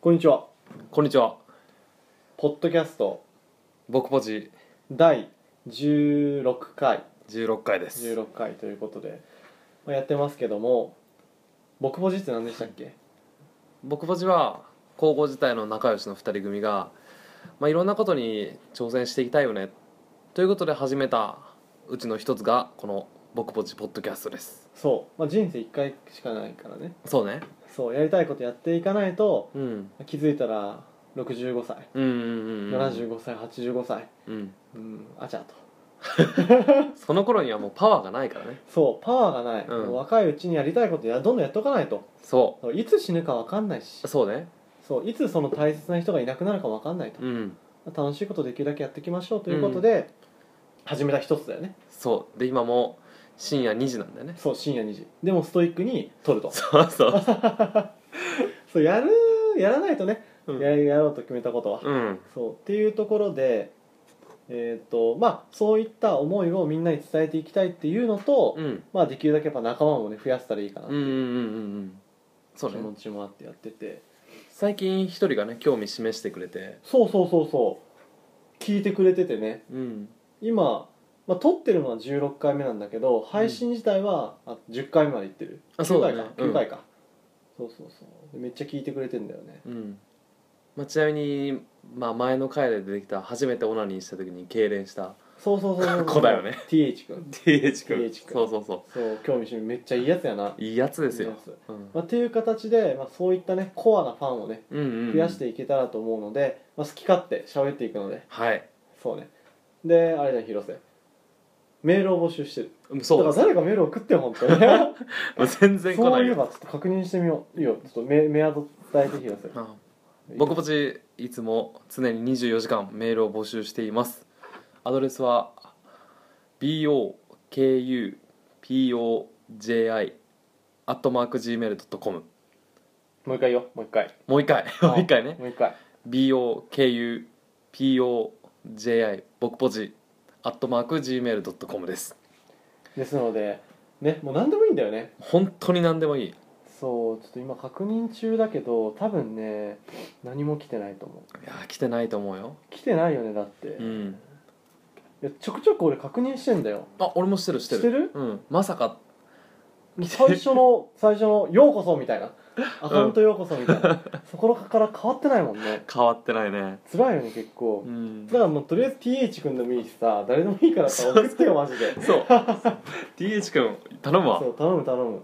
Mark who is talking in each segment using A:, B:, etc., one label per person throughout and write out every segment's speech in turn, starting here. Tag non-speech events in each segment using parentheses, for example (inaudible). A: こんにちは
B: こんにちは
A: ポッドキャスト
B: 僕ポジ
A: 第16回
B: 16回です
A: 16回ということで、まあ、やってますけども僕ポジって何でしたっけ
B: 僕ポジは高校時代の仲良しの2人組が、まあ、いろんなことに挑戦していきたいよねということで始めたうちの一つがこの僕ポジポッドキャストです
A: そう、まあ、人生1回しかないからね
B: そうね
A: そうやりたいことやっていかないと
B: うん
A: 気づいたら65歳
B: うんうんうんうん
A: 75歳85歳
B: うん
A: うんあちゃと
B: その頃にはもうパワーがないからね
A: そうパワーがない、
B: うん
A: もう若いうちにやりたいことやどんどんやっとかないと
B: そ
A: そういつ死ぬか分かんないし
B: うそうね
A: そういつその大切な人がいなくなるか分かんないと、
B: うん
A: 楽しいことできるだけやっていきましょうということで、始めた一つだよね
B: そうで今もう深夜2時なんだよね
A: そう深夜2時でもストイックに撮ると
B: そうそう
A: そうやるやらないとね、
B: (laughs) うん
A: ややろうと決めたことは、
B: うん
A: そうっていうところでえっ、とまあそういった思いをみんなに伝えていきたいっていうのと、
B: うん
A: まあできるだけやっぱ仲間もね増やせたらいいかな
B: うんうんうんうんそう
A: 気
B: ね
A: 持ちもあってやってて
B: 最近一人がね興味示してくれて
A: そうそうそうそう聞いてくれててね
B: うん
A: 今、まあ、撮ってるのは16回目なんだけど配信自体は、あ10回目までいってる
B: あそうだ
A: 9
B: ね
A: 回か、
B: うん
A: 9回かそうそうそうめっちゃ聞いてくれてんだよね
B: うん、まあ、ちなみに、まあ、前の回で出てきた初めてオナニーした時に痙攣した
A: そうそうそうそう
B: (laughs) 子だ
A: (laughs)
B: よね
A: TH 君
B: TH
A: 君
B: そうそうそ
A: そう興味津々めっちゃいいやつやな、
B: ういいやつですよ
A: いいやつ、
B: うん
A: まあ、っていう形で、まあ、そういったねコアなファンをね
B: うんうんうん
A: 増やしていけたらと思うので、まあ、好き勝手喋っていくので
B: はい
A: そうねであれだよ広瀬メールを募集してる
B: うん
A: だ
B: そ
A: か
B: う
A: ら誰かメール送ってよ本当に
B: もう (laughs) 全然来
A: そ
B: な
A: う
B: い
A: いえ
B: よ
A: ばちょっと確認してみよういいよちょっとメメアド伝えてください
B: うん僕ぼちいつも常に24時間メールを募集していますアドレスは bokupoji アットマーク gmail.com
A: もう一回よもう一回
B: もう一回もう一回ね
A: もう一回
B: BOKUPOJI 僕ポジアットマーク Gmail.com です
A: ですのでねもう何でもいいんだよね
B: 本当に何でもいい
A: そうちょっと今確認中だけど多分ね何も来てないと思う
B: いやー来てないと思うよ
A: 来てないよねだって、
B: う
A: い
B: ん
A: やちょくちょく俺確認してんだよ
B: あ俺もしてるしてる
A: してる
B: うんまさか
A: 最初の最初の「ようこそ」みたいなアカウント「ようこそ」みたいな、そこから変わってないもんね
B: 変わってないね
A: 辛いよね結構、
B: うん
A: だからもうとりあえず TH 君でもいいしさ誰でもいいからさ送ってよマジで
B: (laughs) そう DH 君頼むわ
A: そう頼む頼む、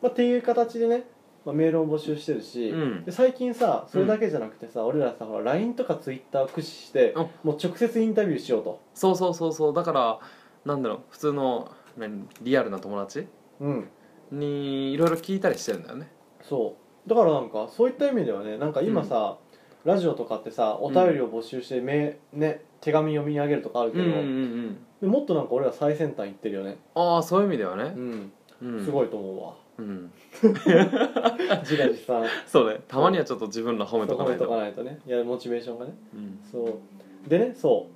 A: まあ、っていう形でね、まあ、メールを募集してるし、
B: うん
A: で最近さそれだけじゃなくてさ、俺らさほら LINE とか Twitter を駆使して
B: あ
A: もう直接インタビューしようと
B: そうそうそうそうだからなんだろう普通の何リアルな友達
A: うん
B: にいろいろ聞いたりしてるんだよね
A: そうだからなんかそういった意味ではねなんか今さ、ラジオとかってさお便りを募集して、めね、手紙読み上げるとかあるけ
B: うん
A: ど、
B: うんうん
A: でもっとなんか俺ら最先端行ってるよね
B: ああそういう意味では
A: う
B: ね、
A: ん、
B: うん、
A: す
B: い、
A: ごいと思うわ
B: うん、
A: (laughs) 自画自賛
B: そうねたまにはちょっと自分ら褒めとか
A: 褒
B: な
A: め
B: い
A: と
B: と
A: かないとねいやモチベーションがね
B: うん
A: そうでねそう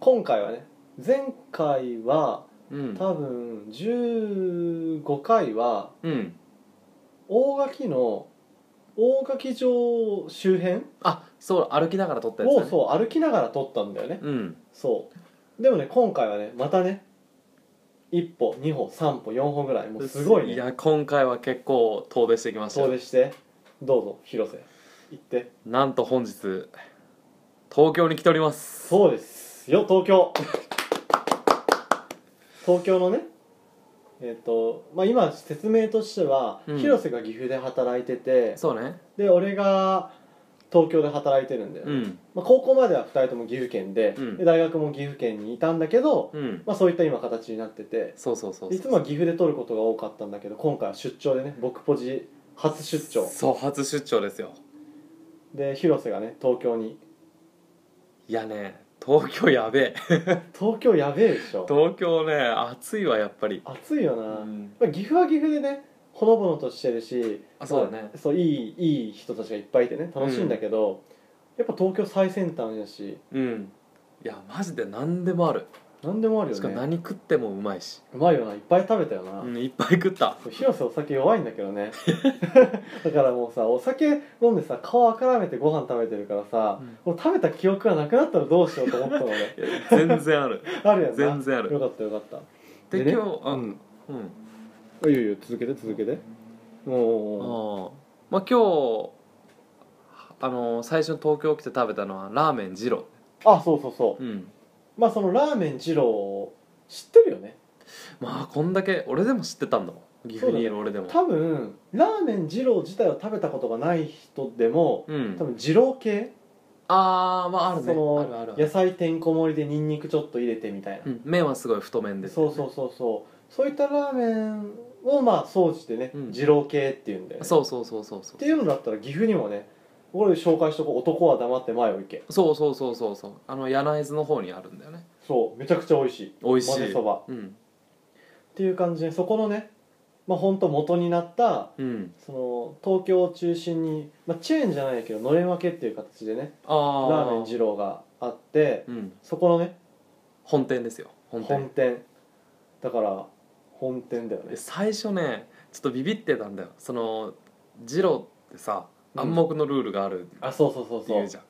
A: 今回はね前回は
B: うん
A: 多分15回は
B: うん
A: 大垣の大垣城周辺
B: あそう歩きながら撮ったやつだ
A: を
B: ね
A: そう歩きながら撮ったんだよね
B: うん
A: そうでもね今回はねまたね1歩2歩3歩4歩ぐらいもうすごい
B: い
A: ね
B: や今回は結構遠出してきました
A: 遠
B: よ
A: 出してどうぞ広瀬行って
B: なんと本日東京に来ております
A: そうですよ東京東京のねえっ、とまあ今説明としては、
B: うん
A: 広瀬が岐阜で働いてて
B: そうね
A: で俺が東京で働いてるんだよね、
B: うん
A: まあ、高校までは2人とも岐阜県で,、
B: うん
A: で大学も岐阜県にいたんだけど、
B: うん
A: まあ、そういった今形になってて
B: そうそうそうそう
A: いつもは岐阜で撮ることが多かったんだけど今回は出張でね僕ポジ初出張
B: そう初出張ですよ
A: で広瀬がね東京に
B: いやね東京やべえ
A: 東京やべえでしょ
B: 東京ね暑いわやっぱり
A: 暑いよな、
B: うん
A: まあ、岐阜は岐阜でねほのぼのとしてるし
B: あそうだね
A: まあそういいいい人たちがいっぱいいてね楽しいんだけど、やっぱ東京最先端だし
B: うんいやマジで何でもある
A: 何でもある
B: しか
A: よ
B: も
A: ね
B: 何食ってもうまいし、
A: うまいよないっぱい食べたよな、
B: うん、いっぱい食った
A: 広瀬お酒弱いんだけど
B: (laughs)
A: ねだからもうさお酒飲んでさ顔あからめてご飯食べてるからさ、もう食べた記憶がなくなったらどうしようと思ったのね
B: いや全然ある
A: あるやんな
B: 全然ある
A: よかったよかった
B: で
A: ね
B: 今日あ、
A: う
B: うん
A: んあいいよいいよ続けて続けておうお
B: あ
A: うおう
B: ーまあ今日あのー最初に東京来て食べたのはラーメン二郎、
A: あそうそうそう、
B: うん、
A: まあそのラーメン二郎知ってるよね
B: まあこんだけ俺でも知ってたんだもん岐阜にいる俺でも
A: 多分ラーメン二郎自体を食べたことがない人でも
B: うん
A: 多分二郎系、
B: ああまああるね
A: その
B: あるあるあ
A: 野
B: る、
A: 菜てんこ盛りでニンニクちょっと入れてみたいな
B: う、ん、麺はすごい太麺で
A: そうそうそうそうそういったラーメンをまあ総じてね、
B: うん
A: 二郎系っていうんで、ね、
B: そうそうそうそうそう
A: っていうのだったら岐阜にもね俺紹介しとこう男は黙って前を行け
B: そうそうそうそうそうあの柳津の方にあるんだよね
A: そうめちゃくちゃ美味しい
B: 美味しい
A: 混ぜそばっ
B: うん
A: ていう感じでそこのねまあ本当元になった
B: うん
A: その東京を中心に、まあ、チェーンじゃないけどのれん分けっていう形でね
B: あ
A: ラ
B: あ
A: ーメン二郎があって
B: うん
A: そこのね
B: 本店ですよ本店
A: 本店だから本店だよね
B: で最初ねちょっとビビってたんだよその二郎ってさ
A: うん
B: 暗黙のルールがあるって
A: あそうそうそうそ
B: 言う
A: う
B: じゃん、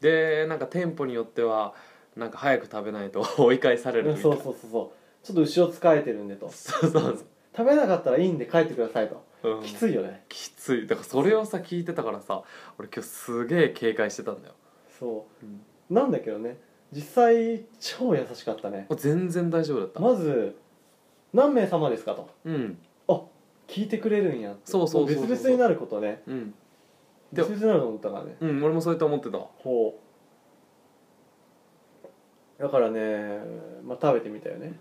B: でなんか店舗によってはなんか早く食べないと (laughs) 追い返される
A: うん
B: みたい
A: そ
B: な
A: うそうそうそうちょっと後ろ使えてるんでと
B: そうそう
A: 食べなかったらいいんで帰ってくださいと、
B: そう、うん、
A: きついよね
B: きついだからそれをさ聞いてたからさ俺今日すげえ警戒してたんだよ、
A: そ
B: うん
A: うなんだけどね実際超優しかったね
B: 全然大丈夫だった、
A: まず「何名様ですか?」と
B: うん
A: 「聞いてくれるんやって」
B: そうそうそうそう
A: も別々になることね
B: うんで
A: 別々になると思ったからね
B: うん俺もそうやって思ってた
A: ほうだからね、まあ、食べてみたよね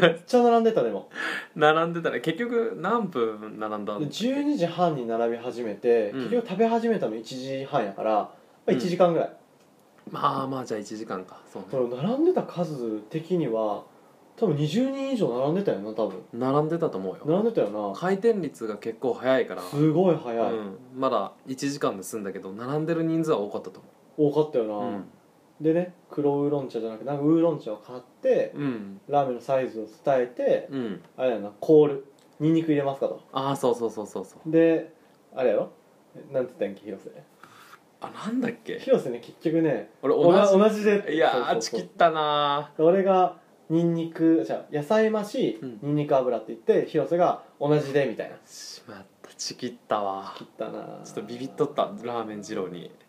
A: めっちゃ並んでたでも
B: 並んでたら結局何分並んだ
A: で
B: んだっけ
A: 12時半に並び始めて、
B: うん
A: 結局食べ始めたの1時半やから、まあ、
B: うん
A: 1時間ぐらい、
B: まあまあじゃあ1時間かそうね
A: その並んでた数的には多分20人以上並んでたよな多分
B: 並んでたと思うよ
A: 並んでたよ
B: 回転率が結構早いから
A: なすごい早い、
B: うん、まだ1時間で済んだけど並んでる人数は多かったと
A: 多かったよな、
B: 思う
A: でね黒ウーロン茶じゃなくてなんかウーロン茶を買って
B: うんうん
A: ラーメンのサイズを伝えて、
B: うん
A: あれやなコールニンニク入れますかと
B: ああそうそうそうそうそう
A: であれやろなんて言ったんやっけ広瀬
B: あなんだっけ
A: 広瀬ね結局ね
B: 俺
A: 同じ
B: 同
A: 同じで
B: じいや
A: そう
B: ー
A: そ
B: ち
A: うそう
B: きったな
A: 俺がニンニクじゃあ野菜増し、
B: うん
A: ニンニク油って言って広瀬が同じでみたいな
B: ーしまったちきったわ
A: 切ったな
B: ちょっとビビっとったラーメン二郎に (laughs)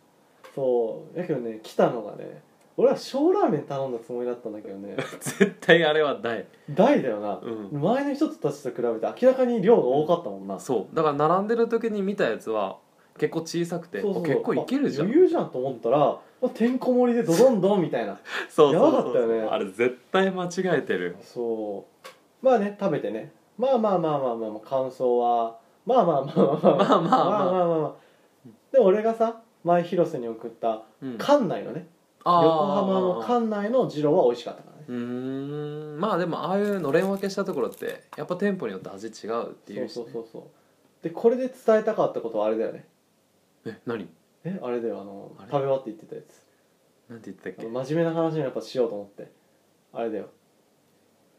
A: そうやけどね来たのがね俺は小ラーメン頼んだつもりだったんだけどね (laughs)
B: 絶対あれはない
A: 大だよな、
B: うん
A: 前の人たちと比べて明らかに量が多かったもんな、
B: そうだから並んでる時に見たやつは結構小さくて
A: そうそう
B: あ結構いけるじゃん
A: あ余裕じゃんと思ったらあてんこ盛りでドドンドンみたいな
B: そうそう
A: やばか
B: そう
A: ったよね
B: あれ絶対間違えてる
A: そうまあね食べてねまあまあまあまあまあまあ感想はまあまあまあまあ
B: まあまあまあ
A: まあまあまあまあで俺がさ前広瀬に送った
B: うん
A: 館内のね
B: あー
A: 横浜の館内の二郎は美味しかったからね
B: うーんまあでもああいうのれん分けしたところってやっぱ店舗によって味違うっていうし
A: そうそうそうそうでこれで伝えたかったことはあれだよね
B: え何
A: えあれだよあの
B: あれ
A: 食べ終わって言ってたやつ
B: なんて言ってたっ
A: あ
B: け
A: の真面目な話もやっぱしようと思ってあれだよ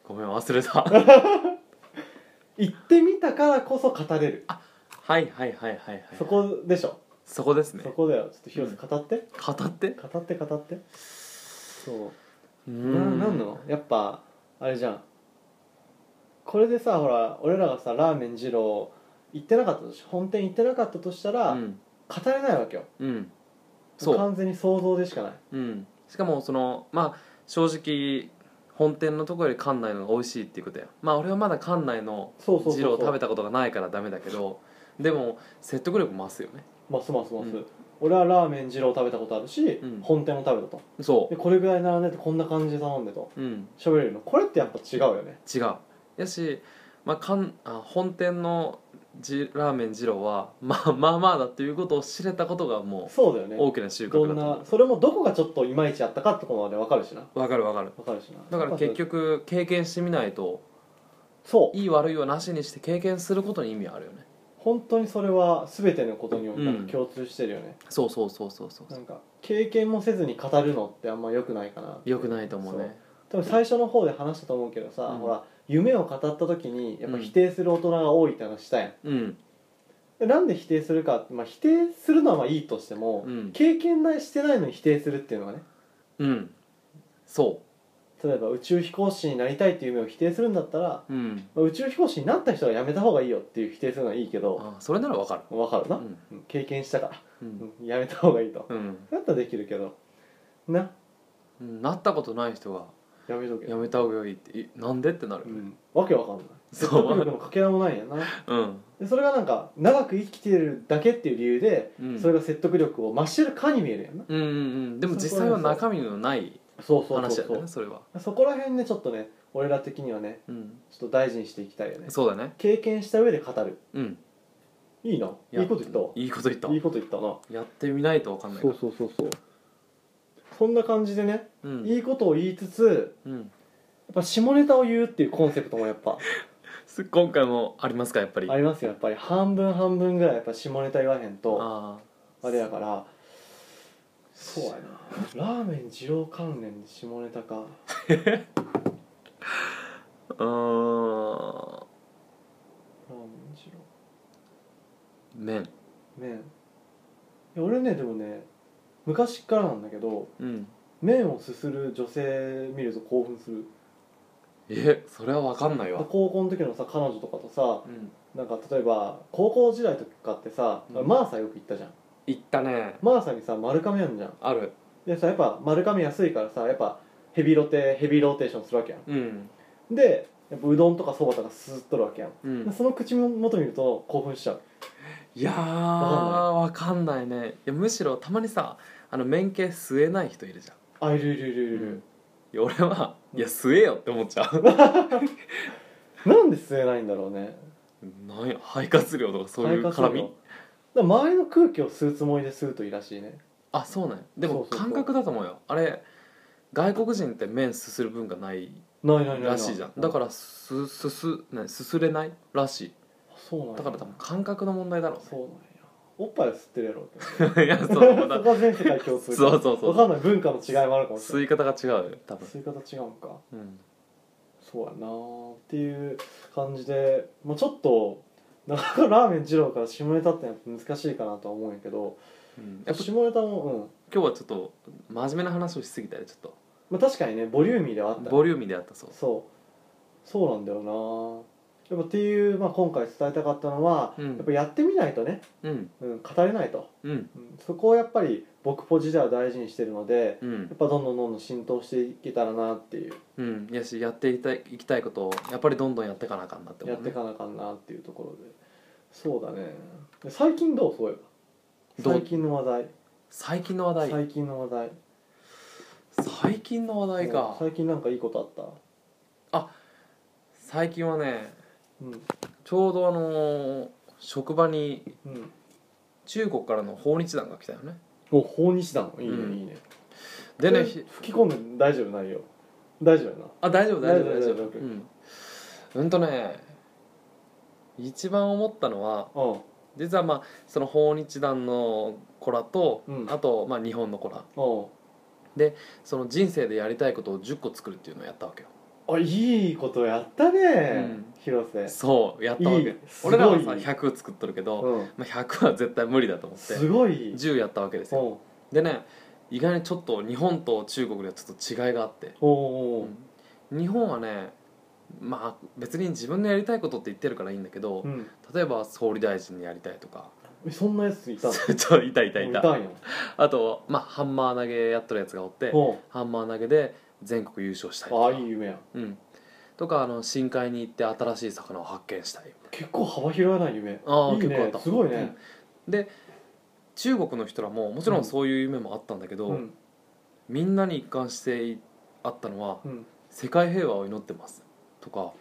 B: ごめん忘
A: (laughs)
B: れたはい
A: 行ってみたからこそ語れる
B: はいはいはいはい
A: そこでしょ
B: そこですね
A: そこだよちょっと広瀬語って
B: 語って
A: 語って語ってそううな
B: ー
A: なんのやっぱあれじゃんこれでさほら俺らがさラーメン二郎行ってなかったとし本店行ってなかったとしたら、
B: うん
A: 語れないわけよ
B: うんそう
A: 完全に想像でしかない
B: うんしかもそのまあ正直本店のところより館内の方が美味しいっていうことやまあ俺はまだ館内の
A: そうそうそうそう
B: 二郎を食べたことがないからダメだけどでも説得力増すよね
A: ますますます、
B: うん
A: 俺はラーメン二郎食べたことあるし、
B: うん
A: 本店も食べたと
B: そ
A: でこれぐらい並んでてこんな感じで頼んでと
B: ううん
A: 喋れるのこれってやっぱ違うよね
B: 違うやし、まあ、かんあ本店のじラーメン二郎は (laughs) まあまあまあだっていうことを知れたことがも
A: そうだよ
B: う
A: ね
B: 大きな収
A: ど
B: 穫だ
A: ん
B: と思
A: なそれもどこがちょっといまいちやったかってことまで分かるしな
B: うわかるわかる
A: 分かるしな
B: だから結局経験してみないと
A: そう
B: いい悪いはなしにして経験することに意味あるよね
A: 本当にそれは全てのことにおいてなんか共通してるよね、
B: そうそうそうそうそう
A: なんか経験もせずに語るのってあんま良くないかな
B: よくないと思うね
A: そう多分最初の方で話したと思うけどさ、
B: うん
A: ほら夢を語った時にやっぱ否定する大人が多いって話したやん、
B: うん
A: でなんで否定するかって、まあ、否定するのはまあいいとしても、
B: うん
A: 経験ないしてないのに否定するっていうのがね
B: うんそ
A: 例えば宇宙飛行士になりたいっていう夢を否定するんだったら、
B: ううん
A: まあ宇宙飛行士になった人はやめた方がいいよっていう否定するのはいいけど
B: あそれならわかる
A: わかる
B: う
A: な、
B: ん
A: うん経験したから、
B: う
A: うんんやめた方がいいと
B: うん
A: だったらできるけどな
B: うんなったことない人が
A: やめとけ
B: やめた方がいいっていなんでってなる
A: う
B: よね
A: ん、わけわかんない
B: そ
A: 説
B: う
A: 得力のかけらもないんやな
B: うん
A: でそれがなんか長く生きてるだけっていう理由で、
B: うん
A: それが説得力を増してるかに見えるやんな
B: うんうんうんでも実際は中身のない
A: そうそう
B: 話
A: そう
B: だ
A: そ
B: よ
A: う
B: ねそれは
A: そこら辺ねちょっとね俺ら的にはね
B: うん
A: ちょっと大事にしていきたいよね
B: そうだね
A: 経験した上で語る
B: うん
A: いいな
B: や
A: いいこと言ったわ
B: いいこと言った
A: いいこと言ったな
B: やってみないとわかんないから
A: そうそうそうそうそんな感じでね、
B: うん
A: いいことを言いつつ
B: うん
A: やっぱ下ネタを言うっていうコンセプトもやっぱ
B: す今回もありますかやっぱり
A: ありますよやっぱり半分半分ぐらいやっぱ下ネタ言わへんと
B: あ
A: あれやからそうやなラーメン二郎関連で下ネタかラーメン
B: ーうーん
A: 二郎
B: 麺
A: 麺いや俺ねでもね昔っからなんだけど
B: うん
A: 麺をすする女性見ると興奮する
B: えそれはわかんないわ
A: 高校の時のさ彼女とかとさ
B: うん
A: なんか例えば高校時代とかってさ、
B: うん
A: マーサよく行ったじゃん
B: 行ったね
A: マーサにさ丸亀やんじゃん
B: ある
A: でさやっぱ丸亀安いからさやっぱヘビロテヘビローテーションするわけや
B: うん
A: んでやっぱうどんとかそばとかすすっとるわけやん、
B: うん
A: でその口元見ると興奮しちゃう
B: いやーわかんないねいやむしろたまにさあの麺系吸えない人いるじゃん
A: あいるいるいるいるいる、
B: いや俺は「いや吸えよ」って思っちゃう
A: なんで吸えないんだろうね
B: なんや (laughs) 肺活量とかそういう
A: 肺活量
B: 絡み
A: だから周りの空気を吸うつもりで吸うといいらしいね
B: あそうなんやでも
A: そうそうそう
B: 感覚だと思うよあれ外国人って麺すする文化ない
A: ないないないない
B: らしいじゃんだからすすすねすすれないらしい
A: そうなんや
B: だから多分感覚の問題だろ
A: そうなんやおっぱいは吸ってるやろうけど
B: う (laughs) いやそう
A: そ
B: まだ
A: こは全世界共通
B: そうそうそう
A: わかんない文化の違いもあるかもしれ
B: 吸
A: ない
B: い方が違うよ多分
A: 吸い方違うんか
B: うん
A: そうやなーっていう感じで、まあ、ちょっとなかなかラーメン二郎から下ネタってやっぱ難しいかなとは思うんやけど
B: うんやっぱ
A: 下ネタも
B: 今日はちょっと真面目な話をしすぎたりちょっと
A: うん、まあ、確かにねボリューミーではあった
B: ボリューミーであったそう
A: そうそうなんだよなーやっぱっていう、まあ、今回伝えたかったのは、
B: うん
A: やっぱやってみないとね、
B: うん
A: うん、語れないと、
B: うん
A: うん、そこをやっぱり僕ポジでは大事にしてるので
B: う
A: やっ
B: ん
A: ぱどんどんどんどん浸透していけたらなっていう
B: うんやしやっていきたいいきたいことをやっぱりどんどんやっていかなあかんなって思
A: や
B: う、
A: って
B: ね、
A: いかなあかんなっていうところでそうだねで最近どうそういえ
B: ど
A: ば
B: う
A: 最近の話題
B: 最近の話題
A: 最近の話題
B: 最近の話題か
A: 最近なんかいいことあっ
B: 最近はね
A: たうん
B: ちょうどあのー職場に
A: うん
B: 中国からの訪日団が来たよね
A: お訪日団いいね、
B: うん
A: いいね
B: でね
A: これ
B: ひ
A: 吹き込んで大丈夫内容大丈夫やな
B: あ大丈夫大丈夫
A: 大
B: 大
A: 丈夫
B: 丈夫
A: 大丈夫
B: うん、うんとね一番思ったのは
A: うん
B: 実はまあその訪日団の子らと、
A: うん
B: あとまあ日本の子ら
A: う
B: その人生でやりたいことを10個作るっていうのをやったわけよ
A: んあいいことやったね、
B: うん
A: 広瀬
B: そうやったわ
A: い
B: け
A: いすごい
B: 俺らはさ100作っとるけど、
A: うん
B: まあ、100は絶対無理だと思って
A: すごいいい
B: 10やったわけです
A: うん
B: よでね意外にちょっと日本と中国ではちょっと違いがあって
A: おう
B: 日本はねまあ別に自分のやりたいことって言ってるからいいんだけど、
A: おううん
B: 例えば総理大臣にやりたいとか
A: えそんなやついたの
B: (laughs) ちょいたいたいた
A: いたんや
B: あと、まあ、ハンマー投げやっとるやつがおって
A: お
B: ハンマー投げで全国優勝したいと
A: あ
B: か
A: あいい夢やん
B: うん、とかあの深海に行って新しい魚を発見したい
A: 結構幅広いな夢
B: あー
A: いいね
B: 結構あった
A: すごいね、
B: 中国の人らももちろんそういう夢もあったんだけど、
A: うん
B: みんなに一貫してあったのは
A: うん、
B: 「世界平和を祈ってます」とか、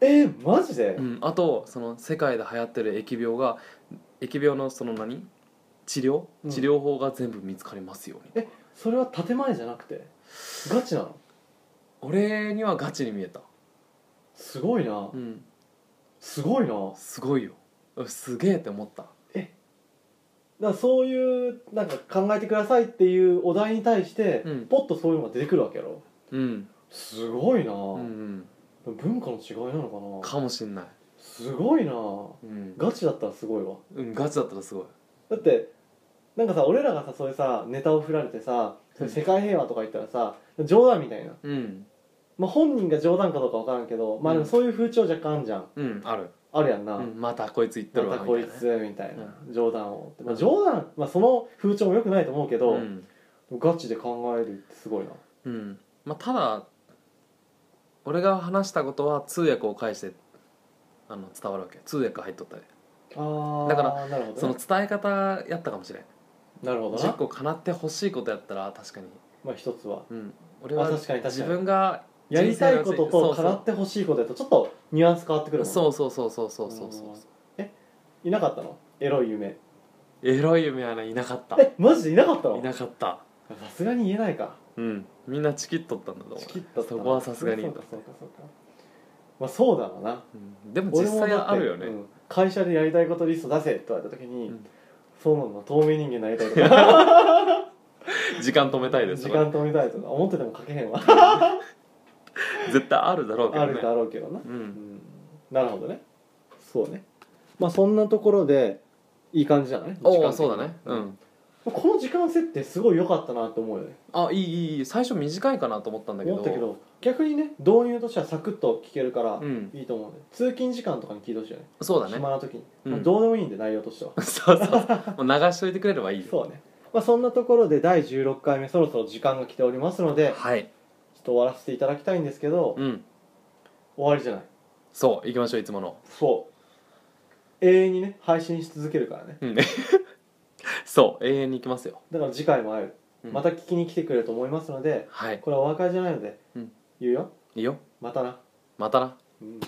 A: えー、マジで、
B: うん、あとその世界で流行ってる疫病が疫病のその何治療
A: うん
B: 治療法が全部見つかりますように、
A: えそれは建前じゃなくてガチなの
B: 俺にはガチに見えた、
A: すごいな
B: うん、
A: すごいなだか
B: すごいよすげえって思った
A: らそういうなんか考えてくださいっていうお題に対して、
B: うん
A: ポッとそういうのが出てくるわけやろ
B: うん
A: すごいな、
B: うん
A: 文化の違いなのかな
B: かもしんない、
A: すごいな
B: うん
A: ガチだったらすごいわ
B: うん、ガチだったらすごい
A: だってなんかさ俺らがさそういうさネタを振られてさ
B: うん
A: 世界平和とか言ったらさ冗談みたいな、
B: うん
A: まあ、本人が冗談かどうか分からんけどまあでもそういう風潮若干あんじゃん
B: うんある、
A: あるやんな、
B: うん、またこいつ言ってる
A: ま
B: わ
A: たこ
B: み
A: い
B: たな
A: つみたいな、冗談を、まあ、冗談、まあ、その風潮も良くないと思うけど、
B: うん
A: ガチで考えるってすごいな
B: うんまあ、ただ俺が話したことは通訳を介してあの伝わるわけ通訳入っとったり
A: あー
B: だから
A: なるほど、ね、
B: その伝え方やったかもしれん
A: なるほど
B: 10
A: な、
B: 個叶ってほしいことやったら確かに、
A: まあ、一つは
B: うん、俺は
A: あ確かに確かに
B: 自分が
A: やりたいことと
B: 人生
A: 叶
B: の
A: ってほしいことだとちょっとニュアンス変わってくるもんね
B: そうそうそうそうそうそうそうそう
A: いなかったのエロい夢
B: エロい夢はねいなかった
A: えマジでいなかったの
B: いなかった
A: さすがに言えないか
B: うんみんなチキっとったんだと思う
A: チキッと
B: そこはさすがに
A: そうかそうかそうかまあそうだろうな
B: うんでも実際あるよ
A: 俺もだっ
B: ね、
A: てうん会社でやりたいことリスト出せって言われた時に、
B: うん
A: そうなの透明人間になりたいとか
B: 時間止めたいです
A: 時
B: とか
A: 間止めたいとか思ってても書けへんわ
B: 絶対あるだろうけ
A: あ
B: ど
A: る
B: ね
A: だろうけどな、
B: う
A: うんん、なるほどねそうねまあそんなところでいい感じじゃない時間
B: お
A: 的
B: お
A: に
B: そうだねうん
A: この時間設定すごい良かったなって思うよね
B: あいいいいいい最初短いかなと思ったんだけど
A: 思ったけど逆にね導入としてはサクッと聞けるから
B: うん
A: いいと思うね、通勤時間とかに聞いてほしいよね
B: そうだね
A: 暇な時に、
B: うん
A: まあどうでもいいんで内容としては
B: (laughs) そうそうそうもう流しといてくれればいいよ
A: そうね、まあ、そんなところで第16回目そろそろ時間が来ておりますのでちょ
B: はい
A: っと終わらせていただきたいんですけど、
B: うん
A: 終わりじゃない
B: そう行きましょういつもの
A: そう永遠にね配信し続けるからね
B: うんそう永遠に行きますよ、
A: だから次回も会える、
B: うん
A: また聞きに来てくれると思いますので
B: はい
A: これはお別れじゃないので、
B: うん
A: 言うよ
B: いいよ
A: またな、
B: またな
A: うん